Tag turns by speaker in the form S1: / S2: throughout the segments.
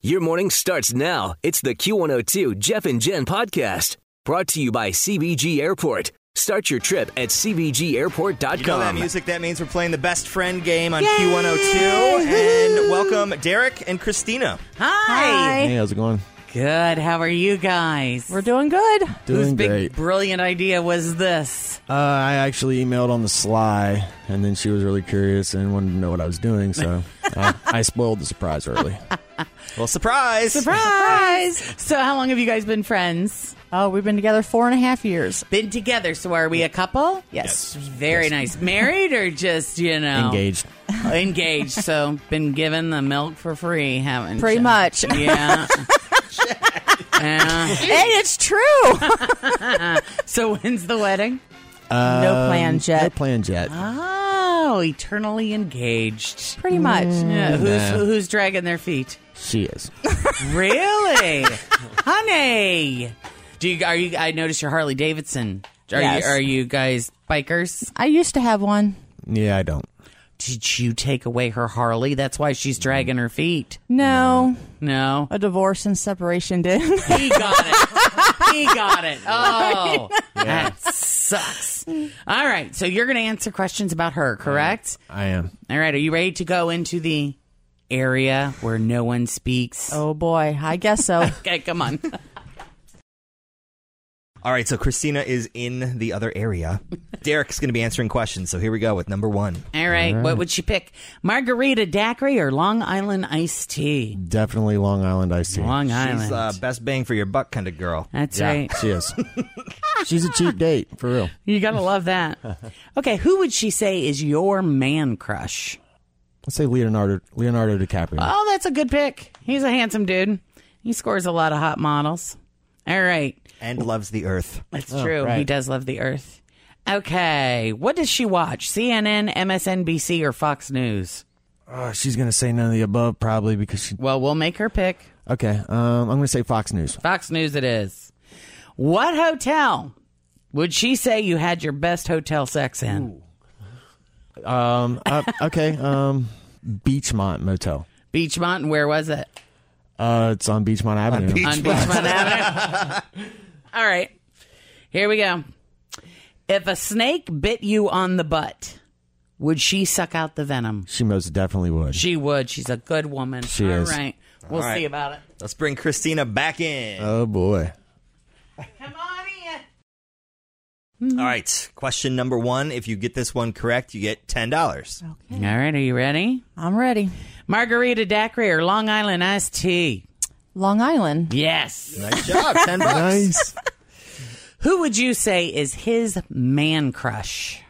S1: Your morning starts now. It's the Q102 Jeff and Jen podcast brought to you by CBG Airport. Start your trip at CBGAirport.com.
S2: You know that music? That means we're playing the best friend game on Q102. And welcome Derek and Christina.
S3: Hi.
S4: Hey, how's it going?
S3: Good. How are you guys?
S5: We're doing good.
S4: Doing
S3: Whose big
S4: great.
S3: brilliant idea was this?
S4: Uh, I actually emailed on the sly, and then she was really curious and wanted to know what I was doing, so I, I spoiled the surprise early.
S5: Oh.
S2: Well, surprise.
S5: Surprise!
S3: So, how long have you guys been friends?
S5: oh, we've been together four and a half years.
S3: Been together. So, are we a couple?
S5: Yes.
S3: Very nice. Married or just you know
S4: Engaged.
S3: Engaged. So, been given the milk for free, haven't
S5: Pretty
S3: you?
S5: much. hey,
S3: Yeah. yeah.
S5: it's true.
S3: So, when's the wedding?
S5: no plan
S4: Um, No
S5: yet. Ah.
S4: plan yet.
S3: Oh, eternally engaged.
S5: Pretty much.
S3: Yeah. Who's
S4: Nah.
S3: who's dragging their feet?
S4: She is.
S3: Really, honey? Do you are you? I noticed your Harley Davidson. Are
S5: Yes.
S3: you are you guys bikers?
S5: I used to have one.
S4: Yeah, I don't.
S3: Did you take away her Harley? That's why she's dragging her feet.
S5: No,
S3: No,
S5: a divorce and separation did.
S3: he got it. he got it. Oh, that sucks. All right, so you're going to answer questions about her,
S5: Mm.
S3: correct?
S4: I am.
S3: All right, are you ready to go into the area where no one speaks?
S5: oh boy, I guess so.
S3: Okay, come on.
S2: All right, so Christina is in the other area. Derek's going to be answering questions, so here we go with number one.
S3: All right, what would she pick? Margarita daiquiri or Long Island iced tea?
S4: Definitely Long Island iced tea.
S3: Long Island.
S2: She's uh, best bang for your buck kind of girl.
S3: That's
S4: Yeah,
S3: right.
S4: She is. She's a cheap date, for real.
S3: You gotta love that. Okay, who would she say is your man crush?
S4: Let's say Leonardo Leonardo DiCaprio.
S5: Uh.
S3: Oh, that's a good pick. He's a handsome dude. He scores a lot of hot models. All right,
S2: And loves the earth.
S3: that's true. He
S4: right.
S3: does love the earth. Okay, what does she watch? CNN, MSNBC, or Fox News?
S4: Oh, she's going to say none of the above, probably, because she.
S3: Well, we'll make her pick.
S4: Okay, um, I'm going to say Fox News.
S3: Fox News it is. What hotel would she say you had your best hotel sex in?
S4: Um, uh, okay, um, Beachmont Motel.
S3: Beachmont, and where was it?
S4: Uh, it's on Beachmont Avenue.
S2: Beach-
S3: on Beachmont Avenue. All right. Here we go. If a snake bit you on the butt, would she suck out the venom?
S4: she most definitely would.
S3: She would. She's a good woman.
S4: She
S3: All
S4: is.
S3: right. We'll
S2: All right.
S3: see about it.
S2: Let's bring Christina back in.
S4: oh, boy.
S3: Come on in.
S2: All right, question number one. If you get this one correct, you get $10.
S3: All right. Are you ready?
S5: I'm ready.
S3: Margarita daiquiri or Long Island iced tea?
S5: Long Island.
S3: Yes.
S2: Nice job, 10 bucks.
S4: Nice.
S3: Who would you say is his man crush?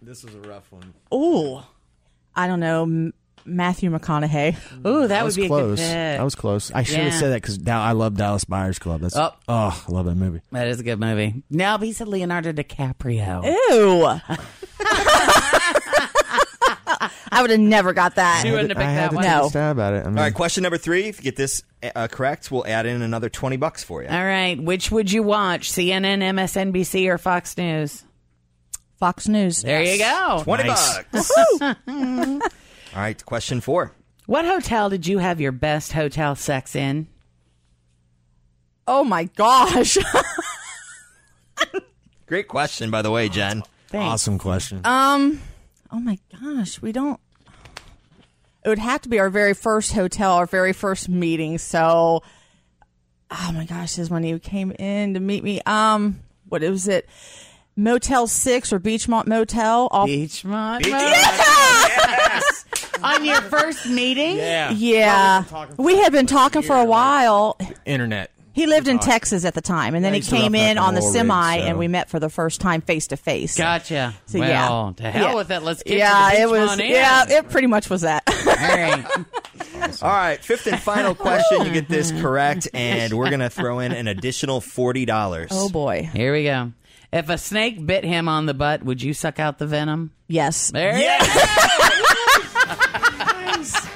S4: This was a rough one.
S5: Ooh, I don't know. M- Matthew McConaughey.
S3: Ooh, that
S4: I
S3: would
S4: was
S3: be
S4: close.
S3: a good pick.
S4: I was close. I should have
S3: Yeah.
S4: said that because I love Dallas Buyers Club. That's
S3: Oh.
S4: oh, I love that movie.
S3: that is a good movie. No, but he said Leonardo DiCaprio.
S5: Eh. Ew. I would have never got that.
S3: She wouldn't have
S4: I
S3: picked
S4: had
S3: that
S4: to
S3: one.
S4: take
S5: No.
S4: a stab at it. I mean,
S2: All right, question number three. If you get this uh, correct, we'll add in another 20 bucks for you.
S3: All right, which would you watch? CNN, MSNBC, or Fox News?
S5: Fox News.
S3: There you go.
S2: 20
S4: Nice.
S2: bucks. All right, question four.
S3: What hotel did you have your best hotel sex in?
S5: Oh my gosh.
S2: Great question, by the way, Jen.
S4: awesome question.
S5: Um. Oh my gosh, we don't. It would have to be our very first hotel, our very first meeting. So, oh my gosh, this is when you came in to meet me. Um, what was it? Motel Six or Beachmont Motel? Off,
S3: Beachmont. On your first meeting?
S5: yeah, we had been talking for a while.
S4: Internet.
S5: He lived in Texas at the time, and then
S4: I
S5: he
S4: used to
S5: came
S4: rough
S5: in
S4: that
S5: on the
S4: whole rig,
S5: semi,
S4: so-
S5: and we met for the first time face to face.
S3: Gotcha.
S5: So, yeah.
S3: well, to hell
S5: Yeah.
S3: with it. Let's get
S5: Yeah,
S3: to the
S5: it was.
S3: Beachmont Inn.
S5: Yeah, it pretty much was that.
S3: All right.
S2: All right, fifth and final question. You get this correct, and we're going to throw in an additional $40.
S5: oh boy.
S3: Here we go. If a snake bit him on the butt, would you suck out the venom?
S5: Yes.
S3: There.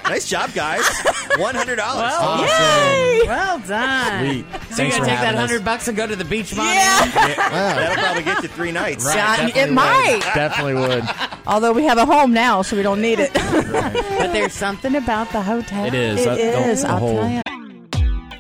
S2: Nice job, guys. $100.
S3: Well,
S5: Yay!
S3: well done.
S4: Sweet.
S3: So you gotta
S4: Thanks for
S3: take that
S4: having us.
S3: hundred bucks and go to the beach, Mom.
S2: That'll probably get you three nights.
S5: John,
S4: Definitely
S5: it might.
S4: would. Definitely would.
S5: Although we have a home now, so we don't need it.
S3: But there's something about the hotel.
S4: It is. That- the-
S5: is,
S4: the
S5: I'll
S4: whole-
S5: tell ya.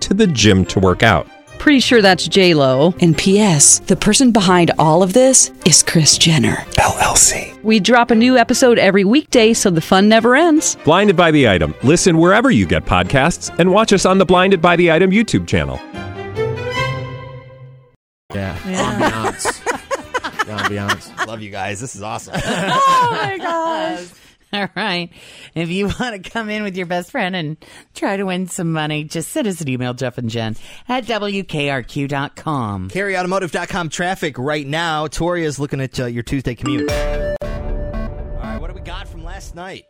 S6: to the gym to work out.
S7: Pretty sure that's J Lo.
S8: And P.S. The person behind all of this is Chris Jenner.
S6: LLC.
S7: We drop a new episode every weekday, so the fun never ends.
S6: Blinded by the item. Listen wherever you get podcasts, and watch us on the Blinded by the Item YouTube channel.
S4: Yeah. Ambiance. The ambiance.
S2: Love you guys. This is awesome.
S5: Oh
S3: All right. If you want to come in with your best friend and try to win some money, just send us an email, Jeff and Jen at WKRQ.com.
S2: CarryAutomotive.com traffic right now. Tori is looking at uh, your Tuesday commute. All right, what do we got from last night?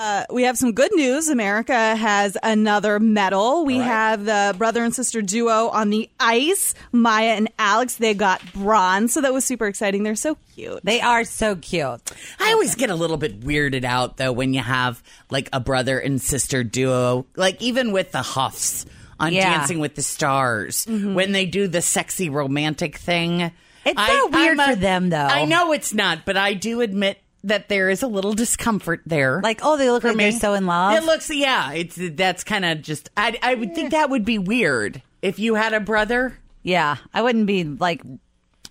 S9: Uh, we have some good news. America has another medal. We
S2: All right.
S9: have the brother and sister duo on the ice, Maya and Alex. They got bronze, so that was super exciting. They're so cute.
S10: They are so cute.
S3: I always get a little bit weirded out, though, when you have like a brother and sister duo, like even with the Huffs on
S10: Yeah. Mm-hmm.
S3: Dancing with the Stars, when they do the sexy romantic thing.
S10: It's not weird
S3: I'm
S10: for them, though.
S3: I know it's not, but I do admit that there is a little discomfort there.
S10: Like, oh, they look
S3: for
S10: like they're
S3: me.
S10: so in love.
S3: It looks, yeah. It's that's kind of just. I I would think that would be weird if you had a brother.
S10: yeah, I wouldn't be like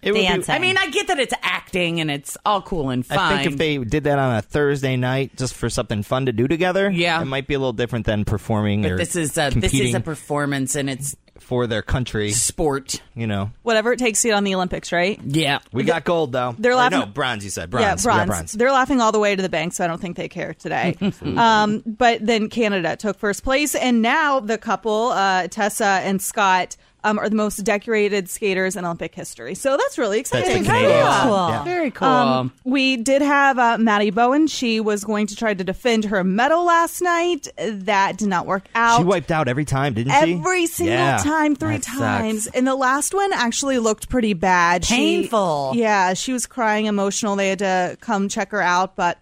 S10: dancing.
S3: I mean, I get that it's acting and it's all cool and fine.
S2: I think if they did that on a Thursday night just for something fun to do together,
S3: Yeah.
S2: it might be a little different than performing
S3: but
S2: or
S3: this is a, this
S2: competing
S3: is a performance and it's
S2: for their country.
S3: sport.
S2: You know,
S9: Whatever it takes to get on the Olympics, right?
S3: Yeah.
S2: we got gold though.
S9: They're
S2: Or
S9: laughing-
S2: No, bronze. You said bronze. We
S9: Yeah,
S2: got
S9: bronze. They're laughing all the way to the bank, so I don't think they care today. um, but then Canada took first place, and now the couple, uh, Tessa and Scott, um, are the most decorated skaters in Olympic history. So that's really
S2: That's
S9: exciting.
S2: the Canadians.
S10: Cool.
S2: Yeah.
S3: Very cool.
S9: Um, we did have uh, Maddie Bowen. She was going to try to defend her medal last night. That did not work out.
S2: She wiped out every time, didn't she?
S9: Every single
S2: Yeah.
S9: time, three
S2: That sucks.
S9: times. And the last one actually looked pretty bad. She-
S10: Painful.
S9: yeah, she was crying, emotional. They had to come check her out, but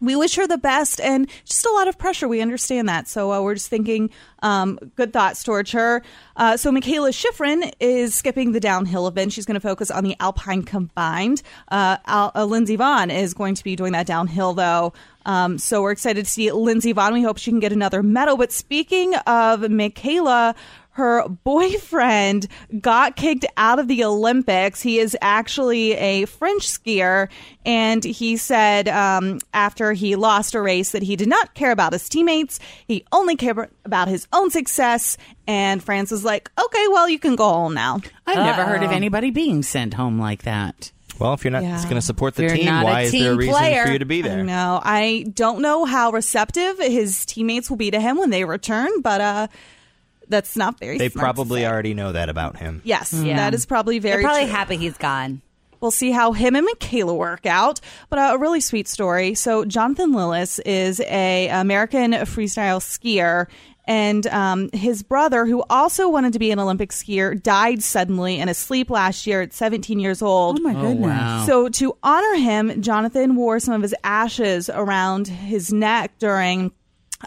S9: we wish her the best and just a lot of pressure. We understand that. So uh, we're just thinking um, good thoughts towards her. Uh, so Michaela Schifrin is skipping the downhill event. She's going to focus on the Alpine combined. Uh, Al- uh, Lindsey Vaughn is going to be doing that downhill, though. Um, so we're excited to see Lindsey Vaughn. We hope she can get another medal. But speaking of Michaela, her boyfriend got kicked out of the Olympics. He is actually a French skier, and he said um, after he lost a race that he did not care about his teammates. He only cared about his own success. And France was like, "Okay, well, you can go home now."
S3: I've never heard of anybody being sent home like that.
S2: Well, if you're not
S9: Yeah.
S2: going to support the
S3: You're
S2: team,
S3: not a
S2: why is there a
S3: team
S2: reason
S3: player.
S2: for you to be there?
S9: No, I don't know how receptive his teammates will be to him when they return, but uh, that's not very.
S2: They
S9: smart to
S2: probably
S9: say.
S2: already know that about him.
S9: Yes, that is probably
S10: They're
S9: very.
S10: probably
S9: true.
S10: happy he's gone.
S9: We'll see how him and Michaela work out, but uh, a really sweet story. So Jonathan Lillis is a American freestyle skier, and um, his brother, who also wanted to be an Olympic skier, died suddenly in his sleep last year at 17 years old.
S3: Oh, Wow.
S9: So to honor him, Jonathan wore some of his ashes around his neck during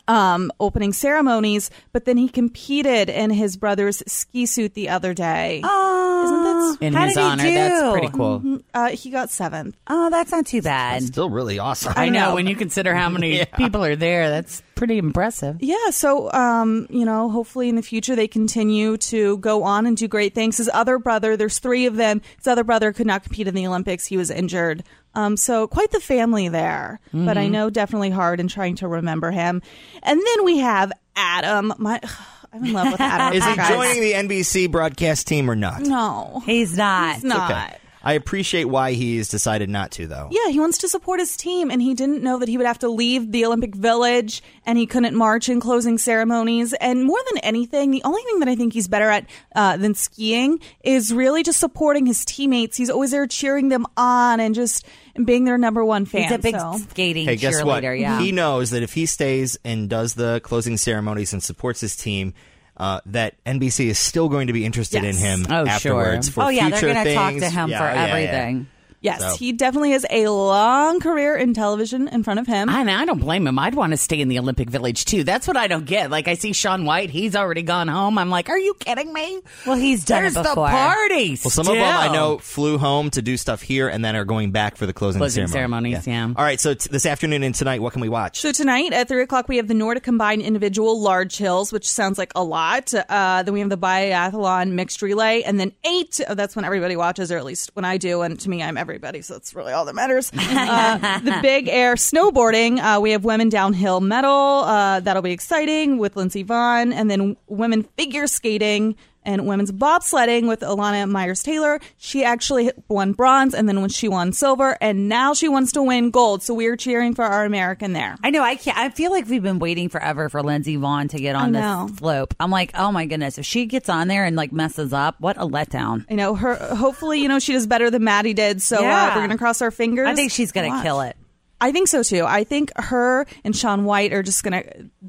S9: um, opening ceremonies, but then he competed in his brother's ski suit the other day.
S10: Oh,
S3: in
S10: how
S3: his
S10: did he
S3: honor, that's
S10: do? Mm-hmm.
S3: pretty cool.
S9: Uh, he got seventh.
S10: Oh, that's not too bad.
S2: Still really awesome.
S3: I know when you consider how many people are there, that's pretty impressive.
S9: Yeah, so um, you know, hopefully in the future they continue to go on and do great things. His other brother, there's three of them. His other brother could not compete in the Olympics; he was injured. Um, so quite the family there. But
S2: Mm-hmm.
S9: I know definitely hard in trying to remember him. And then we have Adam. My, I'm in love with Adam.
S2: Is he
S9: guys.
S2: joining the NBC broadcast team or not?
S9: No,
S10: He's not.
S9: not.
S2: I appreciate why he's decided not to, though.
S9: Yeah, he wants to support his team, and he didn't know that he would have to leave the Olympic Village and he couldn't march in closing ceremonies. And more than anything, the only thing that I think he's better at uh, than skiing is really just supporting his teammates. He's always there cheering them on and just being their number one fan.
S10: He's a big
S9: so.
S10: skating
S2: Hey, guess what?
S10: cheerleader. Yeah.
S2: He knows that if he stays and does the closing ceremonies and supports his team, uh, that NBC is still going to be interested
S10: Yes.
S2: in him
S10: Oh, sure.
S2: afterwards for
S10: Oh, yeah, they're
S2: future
S10: gonna talk to
S2: things.
S10: him for
S2: yeah, yeah.
S10: everything.
S9: Yes,
S2: So-
S9: he definitely has a long career in television in front of him.
S3: I, I don't blame him. I'd want to stay in the Olympic Village too. That's what I don't get. Like I see Sean White, he's already gone home. I'm like, are you kidding me? Well, he's
S10: done it
S3: There's
S10: before.
S3: the party.
S2: Well, some of them I
S3: still.
S2: know flew home to do stuff here and then are going back for the closing,
S3: Closing
S2: ceremony.
S3: ceremonies,
S2: yeah. All right, so t- this afternoon and tonight, what can we watch?
S9: So tonight at three o'clock we have the Nordic combined individual large hills, which sounds like a lot. Uh, then we have the biathlon mixed relay, and then eight. oh, that's when everybody watches, or at least when I do. And to me, I'm everybody, so that's really all that matters. uh, the big air snowboarding. Uh, we have women downhill medal. Uh, that'll be exciting with Lindsey Vaughn, and then women figure skating. And women's bobsledding with Alana Myers Taylor. She actually won bronze and then when she won silver, and now she wants to win gold. So we're cheering for our American there.
S10: I know. I can't. I feel like we've been waiting forever for Lindsay Vaughn to get on
S9: I know.
S10: this slope. I'm like, oh my goodness, if she gets on there and like messes up, what a letdown!
S9: You know, her. Hopefully, you know she does better than Maddie did. So uh,
S10: Yeah.
S9: we're gonna cross our fingers.
S10: I think she's gonna kill it.
S9: I think so too. I think her and Sean White are just gonna.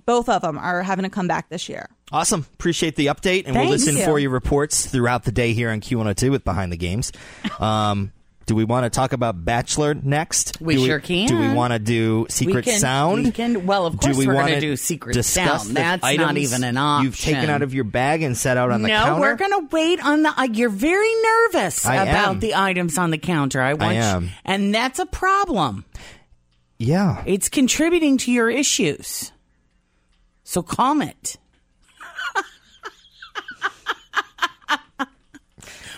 S9: Both of them are having a comeback this year.
S2: Awesome. Appreciate the update, and we'll
S9: Thank
S2: listen
S9: you.
S2: for your reports throughout the day here on Q102 with Behind the Games. Um, do we want to talk about Bachelor next?
S3: We
S2: do
S3: sure
S2: Do we
S3: can.
S2: want to do Secret
S3: Weekend-
S2: Sound?
S3: weekend- well, of course
S2: do we
S3: we're gonna
S2: wanna
S3: do Secret
S2: discuss
S3: Sound.
S2: the
S3: That's not
S2: items
S3: even an
S2: You've taken
S3: option.
S2: out of your bag and set out on the
S3: no,
S2: counter.
S3: we're gonna wait on the. Uh, you're very nervous
S2: I
S3: about
S2: am.
S3: the items on the counter. I want, you-
S2: am.
S3: and that's a problem.
S2: Yeah,
S3: it's contributing to your issues. So calm it.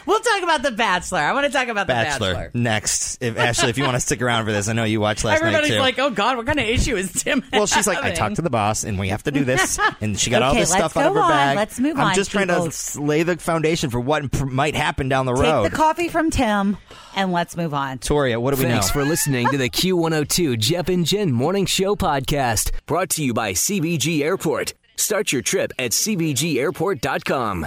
S3: we'll talk about the Bachelor. I want to talk about
S2: Bachelor,
S3: the Bachelor.
S2: next. If Ashley, if you want to stick around for this, I know you watched last
S3: Everybody's
S2: night too.
S3: like, "Oh God, what kind of issue is Tim?"
S2: well, she's like, I
S3: having?"
S2: talked to the boss, and we have to do this, and she got all
S3: Okay,
S2: this
S3: let's
S2: stuff out of
S3: go
S2: her
S3: on.
S2: bag.
S10: Let's move
S2: I'm
S10: on,
S2: just trying
S10: people.
S2: to lay the foundation for what pr- might happen down the road.
S10: Take the coffee from Tim and let's move on.
S2: Toria, what do we
S1: Thanks
S2: know?
S1: for listening to the Q102 Jeff and Jen Morning Show podcast brought to you by CBG Airport. Start your trip at CBGAirport.com.